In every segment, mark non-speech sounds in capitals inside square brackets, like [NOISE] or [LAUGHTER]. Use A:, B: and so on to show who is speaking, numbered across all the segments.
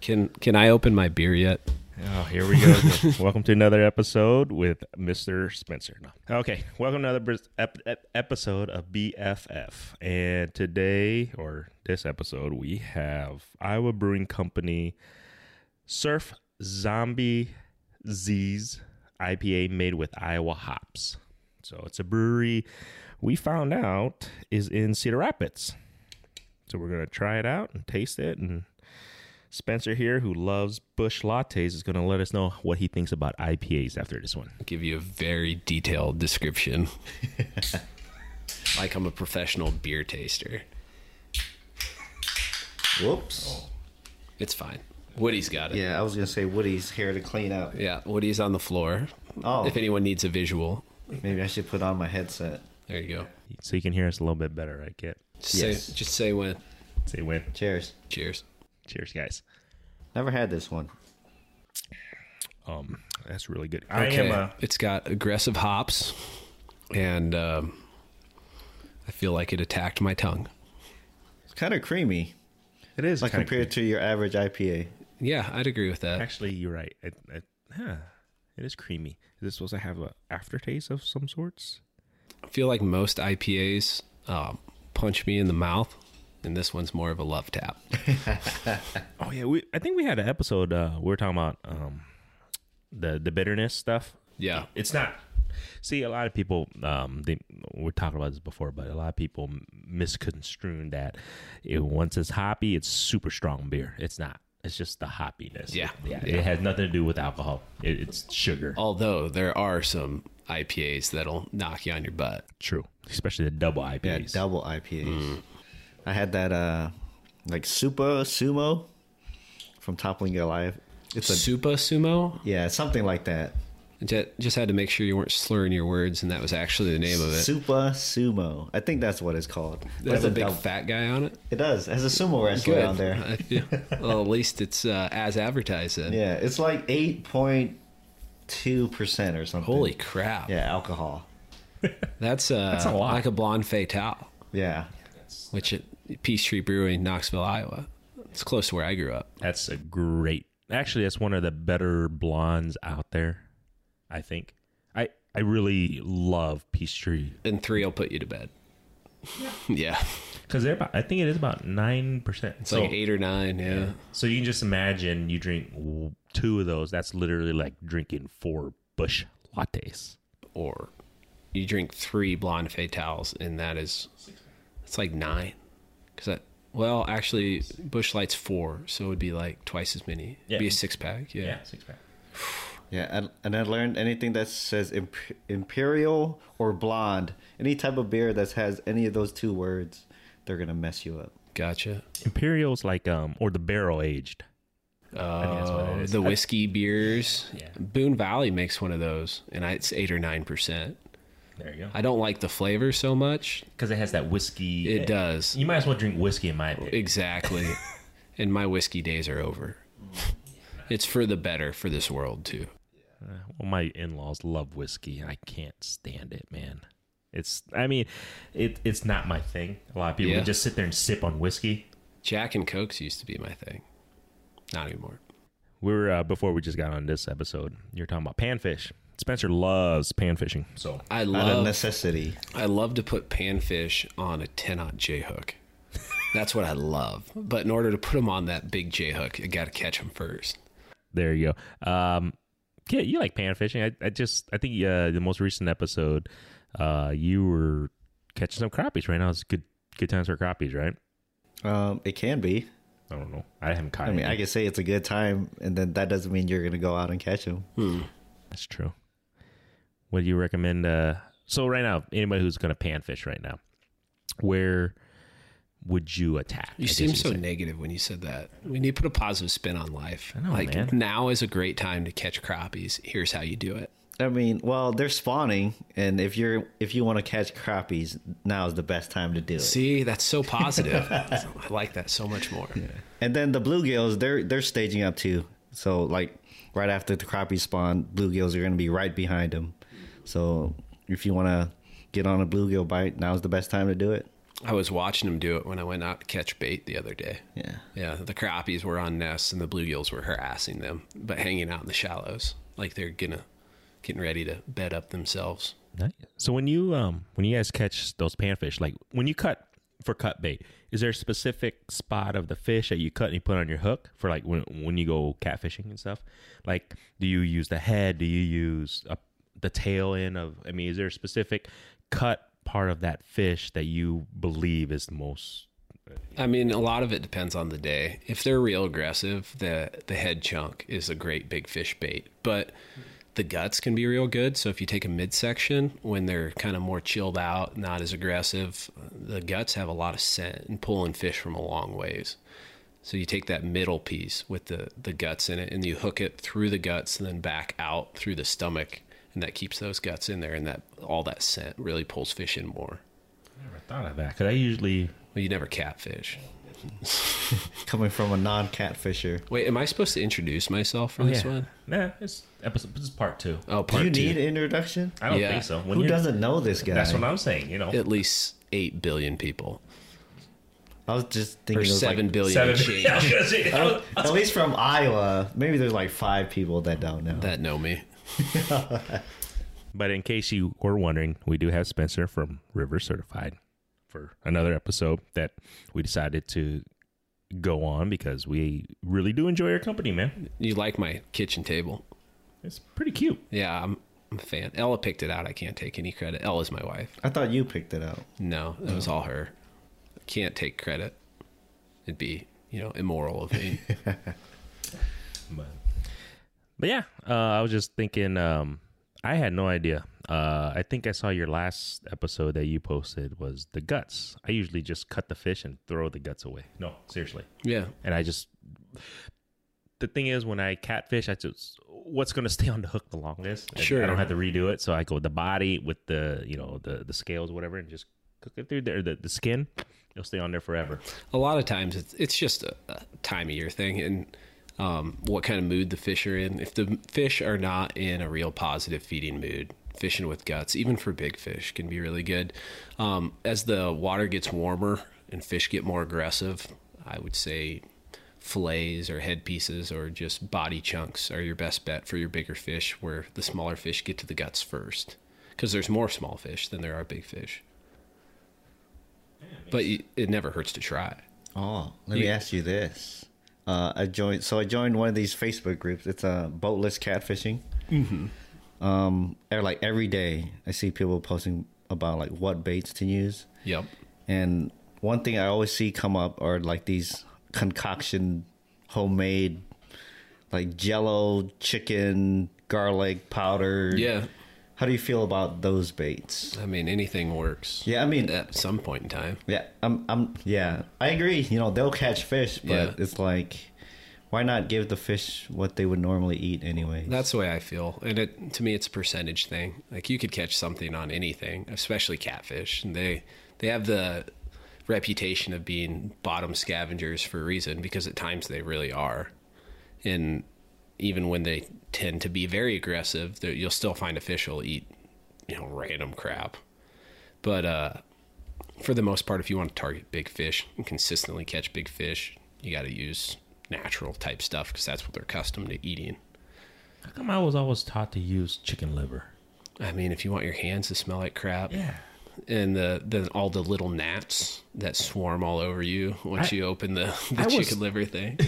A: Can can I open my beer yet?
B: Oh, here we go. again. welcome to another episode with Mr. Spencer. No. Okay, welcome to another bris- ep- ep- episode of BFF. And today, or this episode, we have Iowa Brewing Company Surf Zombie Z's IPA made with Iowa hops. So it's a brewery we found out is in Cedar Rapids. So we're going to try it out and taste it and Spencer here, who loves bush lattes, is going to let us know what he thinks about IPAs after this one.
A: Give you a very detailed
C: [LAUGHS]
A: description. like I'm a professional beer taster.
C: Whoops.
A: It's fine. Woody's got it.
C: Yeah, I was gonna say Woody's here to clean up.
A: Yeah, Woody's on the floor.
C: Oh. [LAUGHS]
A: If anyone needs a visual,
C: Maybe I should put on my headset.
A: there you go.
B: So you can hear us a little bit better, right, Kit?
A: Just
C: Yes.
A: say just say when.
B: Say when.
C: Cheers.
A: Cheers.
B: Cheers, guys.
C: Never had this one.
B: Um, That's really good. I am uh, a.
A: it's got aggressive hops, and um, I feel like it attacked my tongue.
C: It's kind of creamy,
B: It is
C: like
B: kinda
C: compared to your average IPA.
A: Yeah, I'd agree with that.
B: Actually, you're right. It, it, huh, it is creamy. Is this supposed to have a aftertaste of some sorts?
A: I feel like most IPAs uh, punch me in the mouth, and this one's more of a love tap.
B: Oh yeah, we. I think we had an episode. Uh, we were talking about um, the the bitterness stuff.
A: Yeah.
B: It's not. See, a lot of people, um, they, we're talking about this before, but a lot of people m- misconstruing that it, once it's hoppy, it's super strong beer. It's not. It's just the hoppiness.
A: Yeah.
B: yeah. It has nothing to do with alcohol. It, it's sugar.
A: Although there are some IPAs that'll knock you on your butt.
B: True, especially the double
C: Yeah,
B: IPAs.
C: double IPAs. I had that uh, like Supa Sumo from Toppling Goliath. It's a
A: Supa Sumo?
C: yeah, something like that.
A: Ju- Just had to make sure you weren't slurring your words, and that was actually the name of it.
C: Supa Sumo. I think that's what it's called.
A: Does
C: It's
A: have a big
C: dou-
A: fat guy on it?
C: It does. It has a sumo wrestler on there.
A: I feel- well, at least it's uh, as advertised then.
C: Yeah, it's like eight point two percent or something.
A: Holy crap.
C: Yeah, alcohol.
A: That's, uh,
B: a lot.
A: like a blonde fatale,
C: Yeah.
A: which at Peachtree Brewery in Knoxville, Iowa. It's close to where I grew up.
B: That's a great. Actually, that's one of the better blondes out there. I think. I I really love Peachtree
A: And three will put you to bed. [LAUGHS] Yeah.
B: because they're about. I think it is about nine percent.
A: It's like eight or nine. yeah.
B: So you can just imagine you drink w- two of those. That's literally like drinking four bush lattes.
A: or you drink three blonde fatales and that is it's like nine because that well actually bush light's four so it would be like twice as many
B: Yeah.
A: It'd be a six pack yeah.
B: six pack.
C: Yeah, and, and I learned anything that says imp- imperial or blonde, any type of beer that has any of those two words, they're gonna mess you up.
A: gotcha
B: Imperial's like um or the barrel aged.
A: uh, the whiskey beers boone valley makes one of those and I, it's eight or nine percent
B: There you go.
A: i don't like the flavor so much
B: Because it has that whiskey.
A: it does
B: You might as well drink whiskey in my opinion.
A: exactly [LAUGHS] and my whiskey days are over it's for the better for this world too
B: Well, my in-laws love whiskey. I can't stand it, man. It's I mean, it it's not my thing. A lot of people
A: Yeah.
B: just sit there and sip on whiskey.
A: jack and cokes used to be my thing not anymore
B: We were uh, before we just got on this episode. You're talking about panfish. Spencer loves panfishing. So
A: I
C: Out of
A: love
C: necessity.
A: I love to put panfish on a 10 on J hook. That's what I love. But in order to put them on that big J hook, you got to catch them first.
B: There you go. Um, yeah, you like pan fishing. I, I just, I think uh, the most recent episode, uh, you were catching some crappies right now. It's good, good times for crappies, right?
C: Um, it can be.
B: I don't know. I haven't caught.
C: I mean, I
B: any.
C: can say it's a good time, and then that doesn't mean you're gonna go out and catch them.
B: that's true. What do you recommend? Uh, so right now, anybody who's going to pan fish right now, where would you attack? I
A: You
B: guess
A: seem
B: you'd
A: so
B: say.
A: negative when you said that. We need to put a positive spin on life.
B: I know,
A: like
B: man.
A: now is a great time to catch crappies. Here's how you do it.
C: I mean, well, they're spawning, and if you're if you want to catch crappies, now is the best time to do it.
A: See, that's so positive.
B: [LAUGHS]
A: I like that so much more.
C: And then the bluegills, they're they're staging up too. So like right after the crappies spawn, bluegills are gonna be right behind them. So if you wanna get on a bluegill bite, now's the best time to do it. [LAUGHS]
A: I was watching them do it when I went out to catch bait the other day.
C: Yeah.
A: Yeah, the crappies were on nests and the bluegills were harassing them, but hanging out in the shallows, like they're gonna getting ready to bed up themselves.
B: Nice. So when you um when you guys catch those panfish, like when you cut for cut bait, is there a specific spot of the fish that you cut and you put on your hook for like when when you go catfishing and stuff? Like, do you use the head? Do you use a, the tail end of? I mean, is there a specific cut part of that fish that you believe is the most?
A: I mean, a lot of it depends on the day. If they're real aggressive, the the head chunk is a great big fish bait, but the guts can be real good. So if you take a midsection when they're kind of more chilled out, not as aggressive, the guts have a lot of scent and pulling fish from a long ways. So you take that middle piece with the the guts in it, and you hook it through the guts, and then back out through the stomach, and that keeps those guts in there, and that all that scent really pulls fish in more.
B: I never thought of that because I usually
A: Well, you never catfish.
C: Coming from a non catfisher.
A: Wait, am I supposed to introduce myself for this one?
B: Nah, it's episode. This is part two.
A: Oh,
C: Oh, Do
A: part
C: you
A: two.
C: need introduction?
B: I don't
A: Yeah.
B: think so. When
C: Who
B: you're-
C: doesn't know this guy?
B: That's what I'm saying. You know,
A: At least eight billion people,
C: I was just
A: or
C: thinking. it was
A: seven
C: like,
A: billion
B: seven.
A: and
B: [LAUGHS]
A: change
B: I was gonna say, I was-
C: At least from Iowa, maybe there's like five people that don't
A: [LAUGHS]
C: know.
A: that know me.
B: But in case you were wondering, we do have Spencer from River Certified for another episode that we decided to go on because we really do enjoy your company, man.
A: You like my kitchen table?
B: It's pretty cute.
A: Yeah, I'm, I'm a fan. Ella picked it out. I can't take any credit. Ella's my wife.
C: I thought you picked it out.
A: No, it
C: Oh.
A: was all her. Can't take credit. It'd be, you know, immoral of
C: [LAUGHS]
A: me.
B: But, but yeah, uh, I was just thinking, um, I had no idea. Uh, I think I saw your last episode that you posted was the guts. I usually just cut the fish and throw the guts away. No, seriously.
A: yeah.
B: and I just the thing is when I catfish, I just what's going to [LAUGHS] stay on the hook the longest. And
A: Sure.
B: I don't have to redo it, so I go with the body with the you know the the scales whatever, and just cook it through there. The, the skin, it'll stay on there forever.
A: A lot of times it's, it's just a, a time of year thing and um, what kind of mood the fish are in. If the fish are not in a real positive feeding mood, fishing with guts, even for big fish, can be really good. Um, as the water gets warmer and fish get more aggressive, I would say fillets or headpieces or just body chunks are your best bet for your bigger fish, where the smaller fish get to the guts first. Because there's more small fish than there are big fish. But y it never hurts to try.
C: Oh, let me
A: You-
C: ask you this. Uh, I joined, so I joined one of these Facebook groups. It's a uh, boatless catfishing. Mm-hmm. Um, and, like every day, I see people posting about like what baits to use,
A: Yep.
C: and one thing I always see come up are like these concoction, homemade, like Jello chicken garlic powder.
A: Yeah.
C: How do you feel about those baits?
A: I mean, anything works.
C: Yeah, I mean,
A: At some point in time.
C: Yeah, I'm. I'm. Yeah, I agree. You know, they'll catch fish, but
A: Yeah.
C: it's like, why not give the fish what they would normally eat anyway?
A: That's the way I feel. And it to me it's a percentage thing. Like you could catch something on anything, especially catfish. And they they have the reputation of being bottom scavengers for a reason because at times they really are. And even when they tend to be very aggressive, there- you'll still find a fish will eat, you know, random crap. But uh for the most part, if you want to target big fish and consistently catch big fish, you got to use natural type stuff because that's what they're accustomed to eating.
B: How come I was always taught to use chicken liver?
A: I mean, if you want your hands to smell like crap,
B: Yeah,
A: and the then all the little gnats that swarm all over you once
B: I-
A: you open
B: [LAUGHS]
A: the, the
B: I was-
A: chicken liver thing.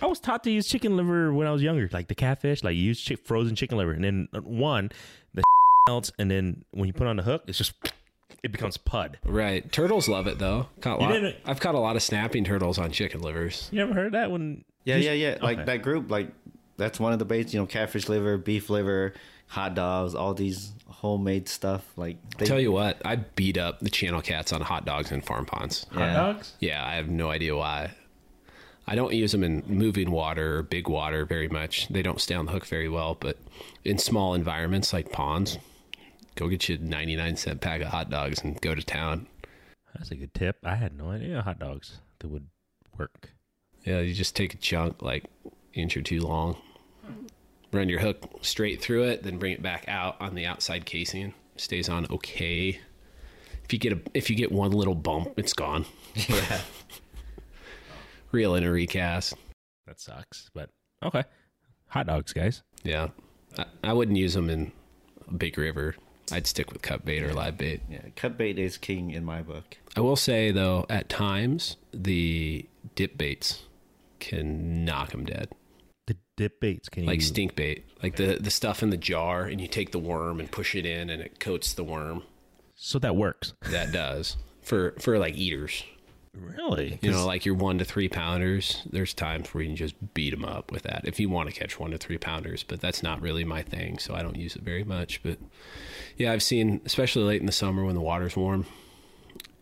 B: I was taught to use chicken liver when I was younger, like the catfish, like you use chi- frozen chicken liver, and then uh, one the [LAUGHS] melts, and then when you put on the hook, it's just it becomes pud.
A: right, turtles love it though. Caught a
B: You
A: lot,
B: didn't-
A: I've caught a lot of snapping turtles on chicken livers.
B: You ever heard that when?
C: yeah, yeah, yeah. Like
B: Okay.
C: that group, like that's one of the baits. You know, catfish liver, beef liver, hot dogs, all these homemade stuff. Like they,
A: Tell you what, I beat up the channel cats on hot dogs and farm ponds.
C: yeah.
B: Hot dogs.
A: Yeah, I have no idea why. I don't use them in moving water or big water very much. They don't stay on the hook very well, but in small environments like ponds, go get you a 99 cent pack of hot dogs and go to town.
B: That's a good tip. I had no idea hot dogs that would work.
A: Yeah, you just take a chunk like inch or two long, run your hook straight through it, then bring it back out on the outside casing. Stays on okay. If If you get a if you get one little bump, it's gone.
C: yeah.
A: Reel in a recast.
B: That sucks, but okay. Hot dogs, guys.
A: Yeah, I, I wouldn't use them in a big river. I'd stick with cut bait or live bait.
C: Yeah. Cut bait is king in my book.
A: I will say though, at times the dip baits can knock them dead.
B: The dip baits can
A: Like
B: you
A: stink bait, like the the stuff in the jar, and you take the worm and push it in, and it coats the worm.
B: so that works.
A: That does for for like eaters.
B: Really?
A: You know, like your one to three pounders. There's times where you can just beat them up with that if you want to catch one to three pounders. But that's not really my thing, so I don't use it very much. But yeah, I've seen, especially late in the summer when the water's warm,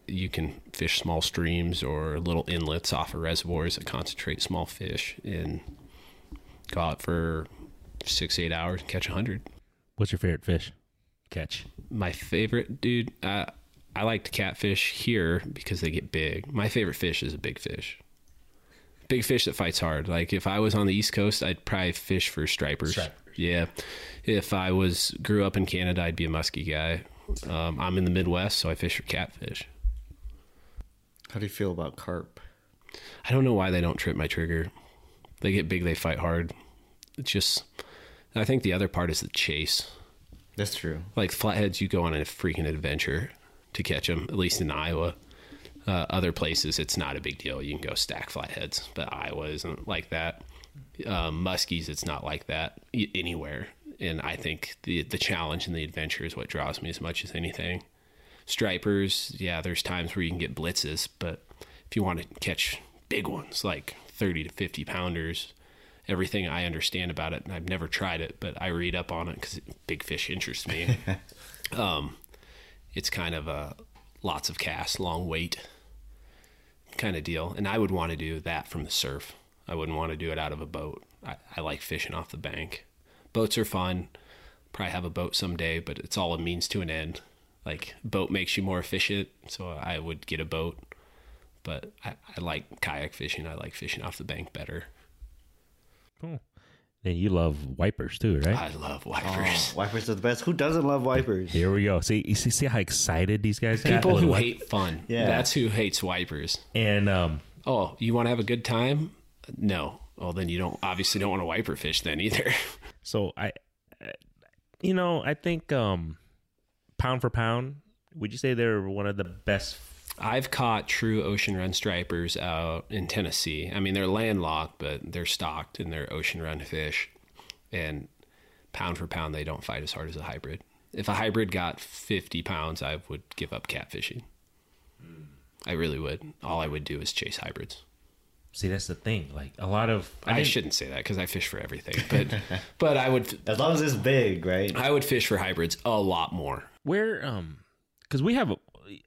A: you can fish small streams or little inlets off of reservoirs that concentrate small fish and go out for six eight hours and catch a hundred.
B: What's your favorite fish? Catch.
A: My favorite, dude. I I like to catfish here because they get big. My favorite fish is a big fish. Big fish that fights hard. Like if I was on the East Coast, I'd probably fish for stripers.
B: Stripers.
A: Yeah. If I was grew up in Canada, I'd be a muskie guy. Um, I'm in the Midwest, so I fish for catfish.
C: How do you feel about carp?
A: I don't know why they don't trip my trigger. They get big, they fight hard. It's just, I think the other part is the chase.
C: That's true.
A: like flatheads you go on a freaking adventure to catch them at least in iowa uh, other places it's not a big deal you can go stack flatheads but iowa isn't like that um, muskies it's not like that y- anywhere and i think the the challenge and the adventure is what draws me as much as anything stripers yeah there's times where you can get blitzes but if you want to catch big ones like 30 to 50 pounders everything i understand about it and i've never tried it but i read up on it because big fish interests me [LAUGHS] um, it's kind of a lots of casts long wait kind of deal and i would want to do that from the surf i wouldn't want to do it out of a boat I, I like fishing off the bank boats are fun probably have a boat someday but it's all a means to an end like boat makes you more efficient so i would get a boat but i, I like kayak fishing i like fishing off the bank better
B: Cool. And you love wipers too, right?
A: i love wipers
C: Oh, Wipers are the best. Who doesn't love wipers?
B: Here we go. See, you see, see how excited these guys got?
A: People
B: with
A: who
B: wi-
A: hate fun.
C: Yeah.
A: That's who hates wipers.
B: and um,
A: Oh, you want to have a good time? No. Well, then you don't obviously don't want to wiper fish then either. [LAUGHS]
B: so I, I- you know, I think um, pound for pound, would you say they're one of the best?
A: I've caught true ocean run stripers out in Tennessee. I mean, they're landlocked, but they're stocked and they're ocean run fish. And pound for pound, they don't fight as hard as a hybrid. If a hybrid got 50 pounds, I would give up catfishing. I really would. All I would do is chase hybrids.
B: See, that's the thing. Like a lot of
A: I,
B: didn't-
A: shouldn't say that because I fish for everything, but [LAUGHS] but I would
C: As long as it's big, right?
A: I would fish for hybrids a lot more.
B: where um because we have a,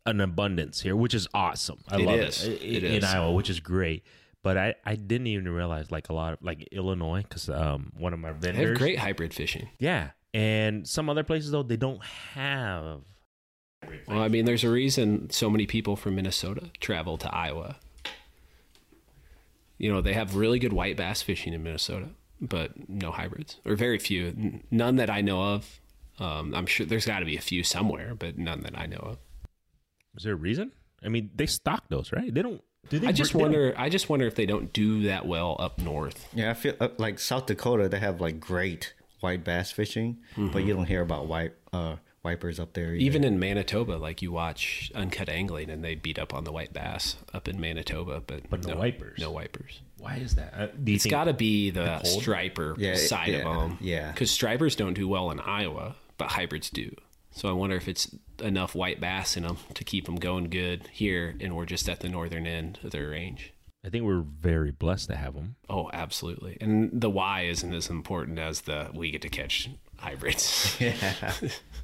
B: an abundance here which is awesome i
A: It
B: love
A: is.
B: it, i-
A: It
B: in
A: is.
B: iowa which is great but i i didn't even realize like a lot of like illinois because um one of my
A: They have
B: vendors
A: great hybrid fishing.
B: yeah and some other places though they don't have
A: Well, I mean, there's a reason so many people from Minnesota travel to Iowa. You know, they have really good white bass fishing in Minnesota, but no hybrids or very few. N- None that I know of. Um, I'm sure there's got to be a few somewhere, but none that I know of.
B: is there a reason i mean they stock those right they don't do they
A: I just
B: br- they don't-
A: wonder. I just wonder if they don't do that well up north.
C: Yeah, I feel uh, like South Dakota. They have like great white bass fishing, but you don't hear about white uh, wipers up there. Either.
A: Mm-hmm. Even in Manitoba, like you watch Uncut Angling, and they beat up on the white bass up in Manitoba, but
B: But no wipers.
A: No wipers.
B: why is that uh, do you
A: It's
B: think
A: got to be the striper
C: Yeah,
A: side
C: yeah,
A: of them.
C: yeah.
A: Because stripers don't do well in Iowa, but hybrids do. So I wonder if it's enough white bass in them to keep them going good here, and we're just at the northern end of their range.
B: i think we're very blessed to have them
A: Oh, absolutely. And the why isn't as important as the we get to catch
C: [LAUGHS]
A: hybrids.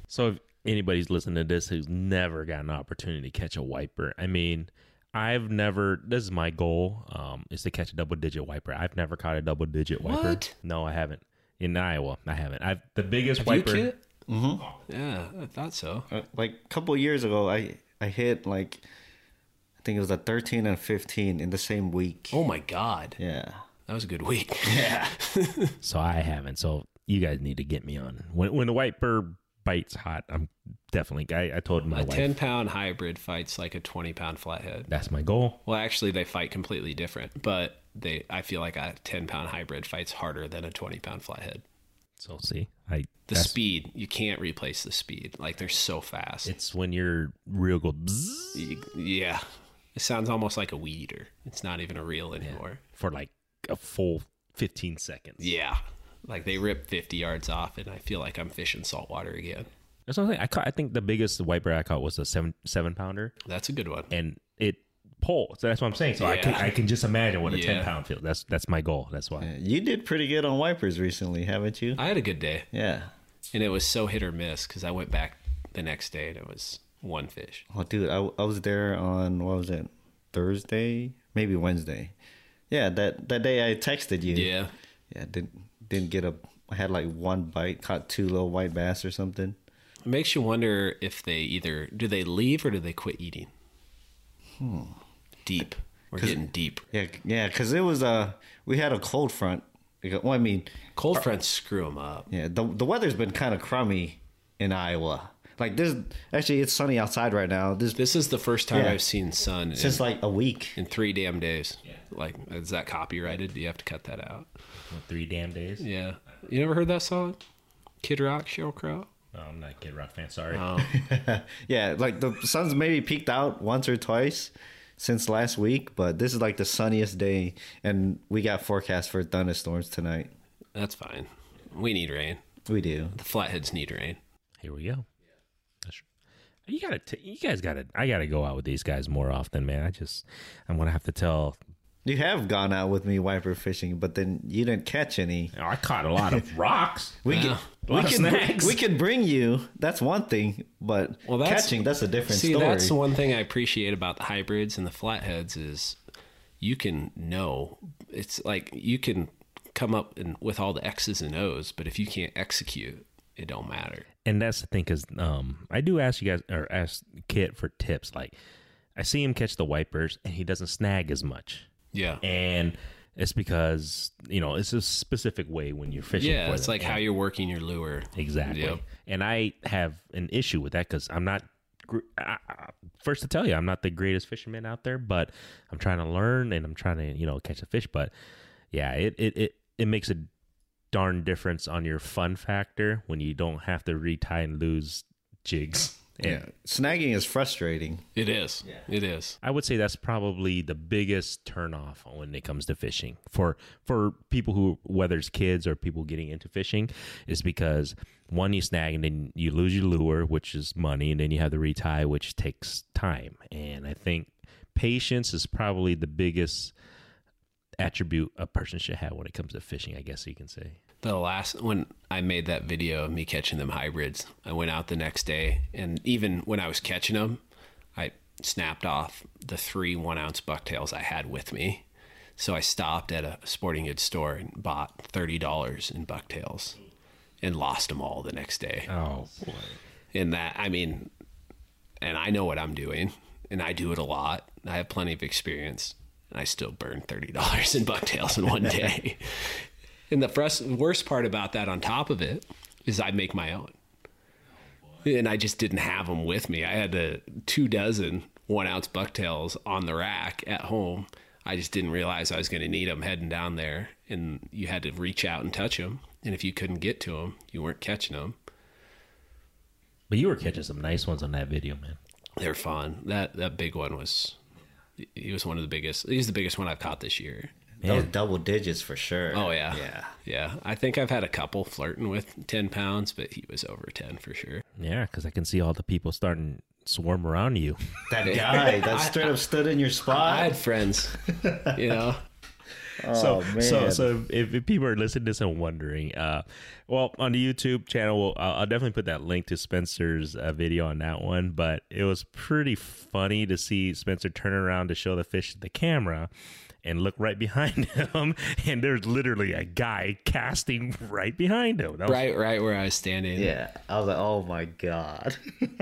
B: So if anybody's listening to this who's never got an opportunity to catch a wiper, I mean, I've never. This is my goal. Um, is to catch a double digit wiper. I've never caught a double digit wiper.
A: What?
B: No, I haven't. In Iowa, I haven't. I've the biggest
A: you
B: wiper.
A: kid? Mm-hmm. Yeah, I thought so.
C: Uh, like a couple years ago, I I hit like I think it was a thirteen and fifteen in the same week.
A: Oh my God.
C: Yeah,
A: That was a good week. [LAUGHS]
B: So I haven't. So you guys need to get me on when when the wiper bites hot. I'm definitely. I, I told my
A: A
B: wife
A: 10 pound hybrid fights like a 20 pound flathead.
B: that's my goal.
A: Well, actually, they fight completely different, but they I feel like a 10 pound hybrid fights harder than a 20 pound flathead.
B: So see, I
A: The
B: that's-
A: speed, you can't replace the speed. Like they're so fast.
B: it's when you're real good. bzzz
A: Y- yeah. It sounds almost like a weed eater. It's not even a reel anymore.
B: for like a full 15 seconds.
A: Yeah. Like they rip 50 yards off, and I feel like I'm fishing saltwater again.
B: That's what I'm saying. I caught. I think the biggest white bear I caught was a seven seven pounder,
A: That's a good one.
B: and it pulled. So that's what I'm saying. So I can
A: Yeah.
B: I can just imagine what a
A: Yeah.
B: 10 pound feels. That's that's my goal. That's why.
C: You did pretty good on wipers recently, haven't you?
A: I had a good day,
C: Yeah.
A: and it was so hit or miss because I went back the next day and it was one fish.
C: Oh, dude, I, I was there on what was it Thursday, maybe Wednesday. Yeah, that that day I texted you.
A: Yeah.
C: Yeah, didn't didn't get a. I had like one bite, caught two little white bass or something.
A: It makes you wonder if they either do they leave or do they quit eating? Deep. We're getting deep.
C: Yeah, c- yeah, because it was uh we had a cold front. We got- Well, I mean,
A: Cold fronts screw them up.
C: yeah, the the weather's been kind of crummy in Iowa. Like this, actually, it's sunny outside right now. This
A: This is the first time
C: Yeah.
A: I've seen sun in,
C: since like a week.
A: in three damn days. Like, is that copyrighted? Do you have to cut that out?
B: Three damn days.
A: Yeah. You never heard that song? Kid Rock, Sheryl Crow?
B: No, Oh, I'm not a Kid Rock fan. Sorry.
A: Um,
C: Yeah, like the sun's maybe peaked out once or twice since last week, but this is like the sunniest day, and we got forecast for thunderstorms tonight.
A: That's fine. We need rain.
C: We do.
A: The flatheads need rain.
B: Here we go. That's- You gotta. T- you guys gotta. I gotta go out with these guys more often, man. I just. I'm gonna have to tell.
C: You have gone out with me wiper fishing, but then you didn't catch any.
B: I caught a
A: [LAUGHS]
B: lot of rocks.
C: We
A: Yeah.
B: A lot
C: we
B: of
C: can
B: snacks.
C: we can bring you. That's one thing, but
A: Well, that's-
C: catching that's a different
A: See,
C: story.
A: that's the one thing I appreciate about the hybrids and the flatheads is you can know. It's like you can come up and with all the X's and O's, but if you can't execute, it don't matter.
B: and that's the thing because um i do ask you guys or ask kit for tips like i see him catch the wipers and he doesn't snag as much
A: Yeah.
B: and it's because you know it's a specific way when you're fishing
A: yeah,
B: for
A: it's
B: them.
A: like how you're working your lure.
B: exactly
A: Yep.
B: and i have an issue with that because i'm not gr- I, I, first to tell you i'm not the greatest fisherman out there but i'm trying to learn and i'm trying to you know catch a fish but yeah it it it, it makes a darn difference on your fun factor when you don't have to retie and lose jigs
C: yeah, snagging is frustrating.
A: It is. It is.
B: I would say that's probably the biggest turnoff when it comes to fishing for for people who whether it's kids or people getting into fishing is because one you snag and then you lose your lure which is money and then you have to retie which takes time and I think patience is probably the biggest attribute a person should have when it comes to fishing I guess you can say
A: The last when I made that video of me catching them hybrids, I went out the next day, and even when I was catching them, I snapped off the three one ounce bucktails I had with me. So I stopped at a sporting goods store and bought thirty dollars in bucktails, and lost them all the next day.
B: oh boy
A: And that I mean, and I know what I'm doing, and I do it a lot. I have plenty of experience, and I still burn thirty dollars in bucktails in
B: [LAUGHS]
A: one day. and the frust- worst part about that, on top of it, is I make my own, and I just didn't have them with me. I had the two dozen one ounce bucktails on the rack at home. I just didn't realize I was going to need them heading down there, and you had to reach out and touch them. And if you couldn't get to them, you weren't catching them.
B: but you were catching some nice ones on that video man
A: they're fun. That that big one was he was one of the biggest. He's the biggest one I've caught this year.
C: That was double digits for sure.
A: Oh yeah,
C: yeah.
A: yeah. I think I've had a couple flirting with ten pounds, but he was over ten for sure.
B: yeah because I can see all the people starting swarm around you
C: That guy
A: [LAUGHS]
C: that straight up stood in your spot.
A: I had friends, you know.
B: so,
C: Oh,
B: so
C: man.
B: so if, if people are listening to this and wondering uh well on the youtube channel we'll, I'll i'll definitely put that link to spencer's uh, video on that one but it was pretty funny to see spencer turn around to show the fish to the camera and look right behind [LAUGHS] him and there's literally a guy casting right behind him That was-
A: Right, right where I was standing.
C: yeah, I was like, oh my god. [LAUGHS]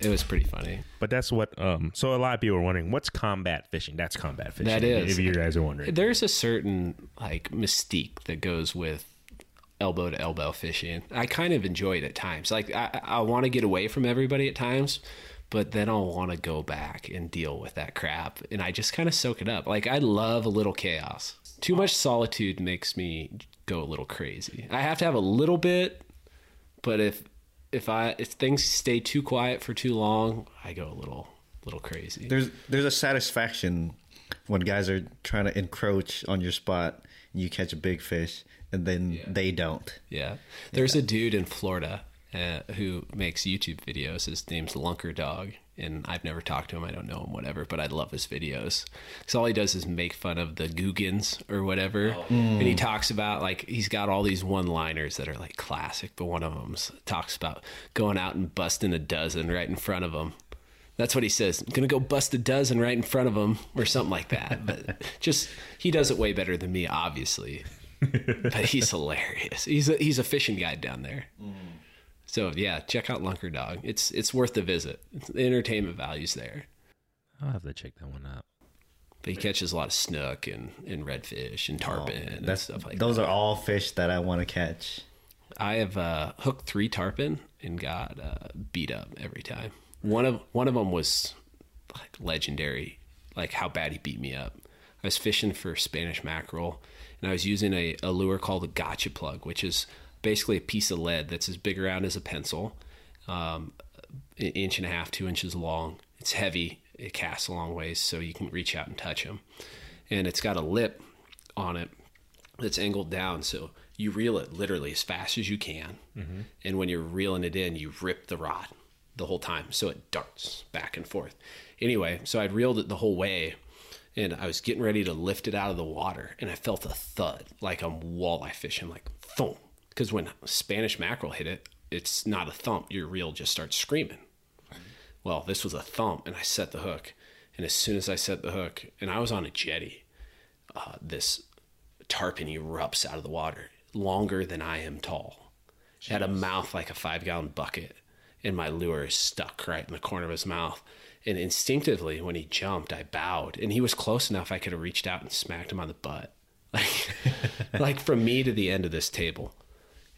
A: It was pretty funny.
B: but that's what um so a lot of people are wondering what's combat fishing that's combat fishing
A: That is.
B: if you guys are wondering
A: There's a certain like mystique that goes with elbow to elbow fishing. I kind of enjoy it at times. Like I, I want to get away from everybody at times, but then I'll want to go back and deal with that crap, and I just kind of soak it up. Like I love a little chaos. Too much solitude makes me go a little crazy. I have to have a little bit, but if if I if things stay too quiet for too long, I go a little little crazy.
C: There's there's a satisfaction when guys are trying to encroach on your spot and you catch a big fish and then they don't.
A: Yeah. There's a dude in Florida uh, who makes YouTube videos. His name's Lunker Dog. And I've never talked to him. I don't know him, whatever, but I love his videos. Because all he does is make fun of the Googans or whatever. And he talks about, like, he's got all these one liners that are, like, classic, but one of them talks about going out and busting a dozen right in front of him. That's what he says. I'm gonna go bust a dozen right in front of him, or something like that. [LAUGHS] But just he does it way better than me, obviously. [LAUGHS] But he's hilarious. He's a, he's a fishing guide down there. So yeah, check out Lunker Dog. It's it's worth the visit. The entertainment value's there.
B: I'll have to check that one out.
A: But he catches a lot of snook and, and redfish and tarpon Oh, and
C: Oh, That's
A: stuff like
C: those are all fish that I want to catch.
A: that. I have uh, hooked three tarpon and got uh, beat up every time. One of one of them was like legendary, like how bad he beat me up. I was fishing for Spanish mackerel, and I was using a, a lure called a gotcha plug, which is basically a piece of lead that's as big around as a pencil, um, an inch and a half, two inches long. It's heavy. It casts a long ways, so you can reach out and touch them. And it's got a lip on it that's angled down, so you reel it literally as fast as you can. And when you're reeling it in, you rip the rod the whole time, so it darts back and forth. Anyway, so I'd reeled it the whole way, and I was getting ready to lift it out of the water, and I felt a thud, like I'm walleye fishing, like thump. Because when Spanish mackerel hit it, it's not a thump. Your reel just starts screaming. Well, this was a thump, and I set the hook. And as soon as I set the hook, and I was on a jetty, uh, this tarpon erupts out of the water, longer than I am tall. It Had a mouth like a five gallon bucket, and my lure is stuck right in the corner of his mouth. And instinctively, when he jumped, I bowed, and he was close enough I could have reached out and smacked him on the butt, [LAUGHS] like, like from me to the end of this table.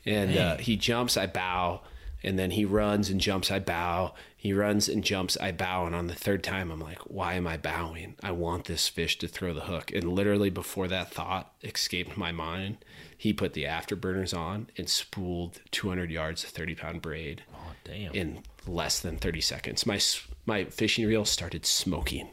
A: And uh, he jumps, I bow, and then he runs and jumps, I bow. He runs and jumps, I bow. And on the third time, I'm like, why am I bowing? I want this fish to throw the hook. And literally, before that thought escaped my mind, he put the afterburners on and spooled 200 yards of 30 pound braid
B: Oh damn!
A: in less than 30 seconds. My s- my fishing reel started smoking.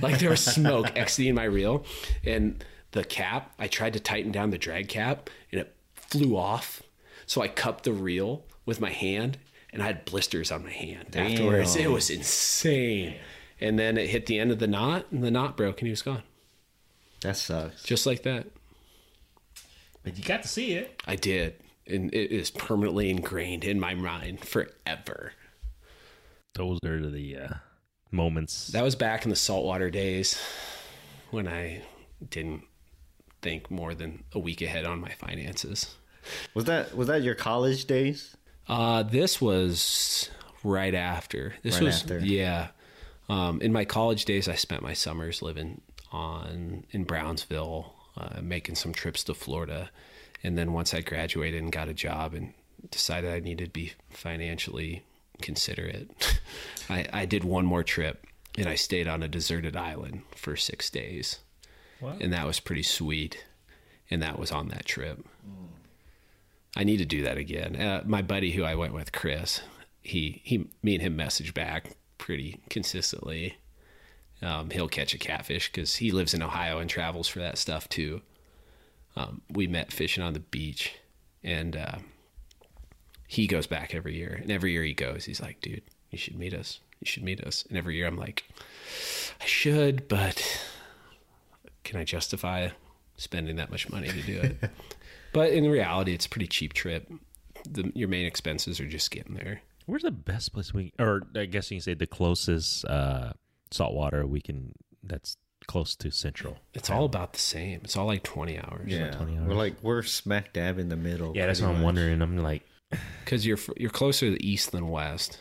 A: Like there was smoke [LAUGHS] exiting my reel and the cap, I tried to tighten down the drag cap and it flew off. So I cupped the reel with my hand and I had blisters on my hand afterwards. It was insane. And then it hit the end of the knot and the knot broke and he was gone.
C: That sucks.
A: Just like that.
D: But you got to see it.
A: I did. And it is permanently ingrained in my mind forever.
B: Those are the uh, moments.
A: That was back in the saltwater days when I didn't think more than a week ahead on my finances.
C: Was that was that your college days?
A: Uh, this was right after. This
C: Right
A: was
C: after.
A: yeah. Um, in my college days, I spent my summers living on in Brownsville, uh, making some trips to Florida, and then once I graduated and got a job and decided I needed to be financially considerate, [LAUGHS] I, I did one more trip and I stayed on a deserted island for six days,
D: Wow.
A: and that was pretty sweet. And that was on that trip. I need to do that again. Uh, my buddy who I went with, Chris, he he, me and him message back pretty consistently. Um, he'll catch a catfish because he lives in Ohio and travels for that stuff too. Um, we met fishing on the beach, and uh, he goes back every year. And every year he goes, he's like, "Dude, you should meet us. You should meet us." And every year I'm like, "I should, but can I justify spending that much money to do it?" But in reality, it's a pretty cheap trip. The, your main expenses are just getting there.
B: Where's the best place we, or I guess you can say the closest uh, saltwater we can that's close to Central.
A: It's all about the same. It's all like 20 hours.
C: Yeah, we're like we're smack dab in the middle.
B: Yeah, that's
C: pretty
B: what I'm
C: much.
B: wondering. I'm like,
A: Because you're, f- you're closer to the east than west.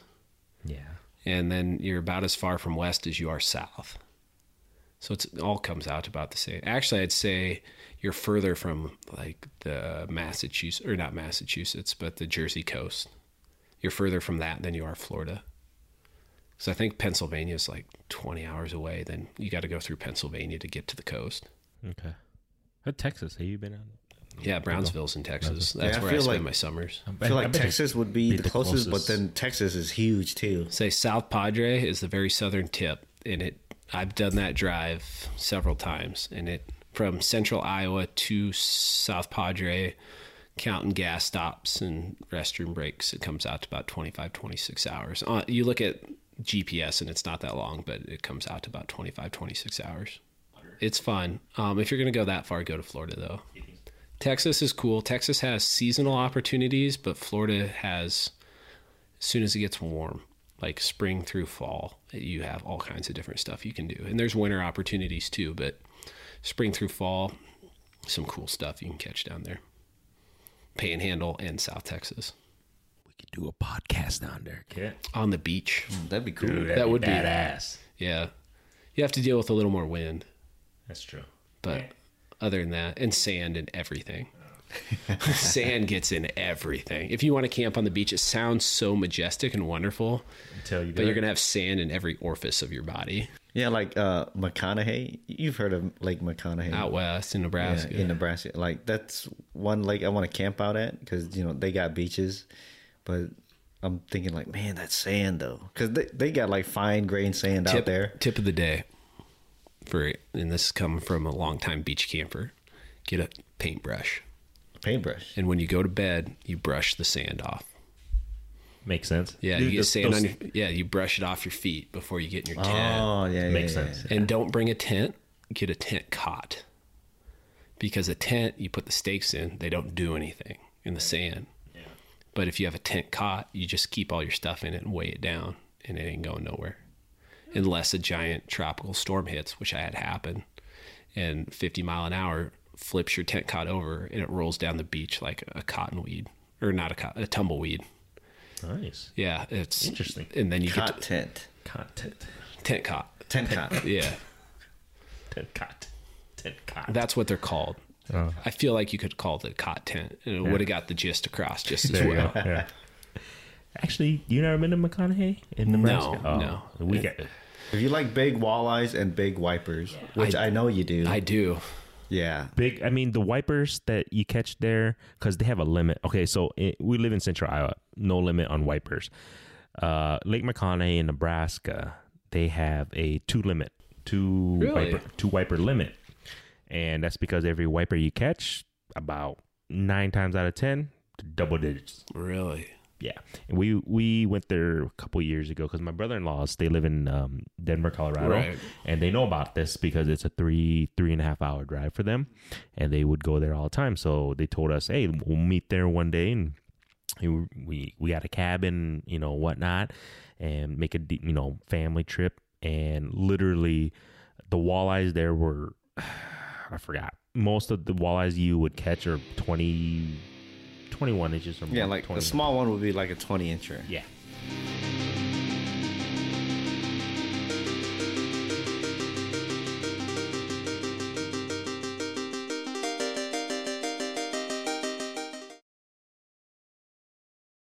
B: yeah,
A: And then you're about as far from west as you are south. So it's it all comes out about the same. Actually, I'd say you're further from like the Massachusetts or not Massachusetts, but the Jersey coast. You're further from that than you are Florida. So I think Pennsylvania is like 20 hours away. Then you got to go through Pennsylvania to get to the coast.
B: Okay. Uh, Texas, have you been on?
A: Yeah, Brownsville's in Texas. That's
C: Yeah, I
A: where I
C: feel
A: spend
C: like-
A: my summers.
C: I feel like Texas would be,
B: be
C: the
B: the
C: closest,
B: closest.
C: but then Texas is huge too.
A: Say South Padre is the very southern tip, and it. I've done that drive several times, and it from central Iowa to South Padre, counting gas stops and restroom breaks, it comes out to about 25, 26 hours. Uh, you look at GPS, and it's not that long, but it comes out to about 25, 26 hours. It's fun. Um, if you're going to go that far, go to Florida though. Texas is cool. Texas has seasonal opportunities, but Florida has as soon as it gets warm, like spring through fall, you have all kinds of different stuff you can do. And there's winter opportunities too, but spring through fall, some cool stuff you can catch down there. Panhandle and South Texas
B: We could do a podcast down there.
D: Yeah.
A: on the beach.
C: That'd be cool.
A: That would be-
D: badass.
A: Yeah. You have to deal with a little more wind,
D: That's true.
A: but other than that, and sand and everything. [LAUGHS] sand gets in everything. If you want to camp on the beach, it sounds so majestic and wonderful,
D: Until you
A: but
D: do
A: you're
D: it.
A: going to have sand in every orifice of your body
C: Yeah, like uh, McConaughey. You've heard of Lake McConaughey
A: out west in
C: Yeah,
A: Nebraska.
C: in Nebraska. Like that's one lake I want to camp out at because you know they got beaches, but I'm thinking like, man, that sand though, because they, they got like fine grained sand out
A: tip,
C: there.
A: Tip of the day for and this is coming from a longtime beach camper. Get a paintbrush,
C: Paintbrush.
A: and when you go to bed, you brush the sand off.
D: Makes sense.
A: Yeah,
B: Dude,
A: you get
B: those-
A: sand on your
B: those-
A: yeah. You brush it off your feet before you get in your
C: Oh
A: tent,
C: yeah, yeah,
D: Makes
C: yeah,
D: sense.
C: yeah.
A: and don't bring a tent. Get a tent cot because a tent you put the stakes in, they don't do anything in the sand. But if you have a tent cot, you just keep all your stuff in it and weigh it down, and it ain't going nowhere. Unless a giant tropical storm hits, which I had happen, and 50 mile an hour flips your tent cot over and it rolls down the beach like a cottonweed or not a, cot- a tumbleweed.
D: Nice.
A: Yeah, it's
D: Interesting.
A: And then you
C: Cot tent,
D: Content.
A: get to, tent cot.
C: tent cot.
A: Yeah,
D: Ten cot. Ten cot.
A: that's what they're called.
B: Oh.
A: I feel like you could call it a cot tent, and it would have got the gist across just as
B: [LAUGHS] There you go.
A: well.
B: Yeah.
D: Actually, you never been to McConaughey in
A: No,
D: Nebraska?
A: no.
B: Oh,
D: We got
C: If you like big walleyes and big wipers, which I, know you do,
A: I do.
C: yeah,
B: big i mean the wipers that you catch there because they have a limit okay so it, we live in central iowa no limit on wipers uh lake mcconaughey in nebraska they have a two limit two
A: Really?
B: wiper two wiper limit and that's because every wiper you catch about nine times out of ten double digits
A: Really?
B: yeah and we we went there a couple years ago because my brother-in-law's they live in um, denver colorado
A: Right.
B: and they know about this because it's a three three and a half hour drive for them and they would go there all the time so they told us hey we'll meet there one day and we- we we got a cabin you know whatnot and make a deep you know family trip and literally the walleyes there were [SIGHS] i forgot most of the walleyes you would catch are 20 21 inches or more
C: yeah. Like the
B: 20.
C: small one would be like a twenty incher.
B: Yeah.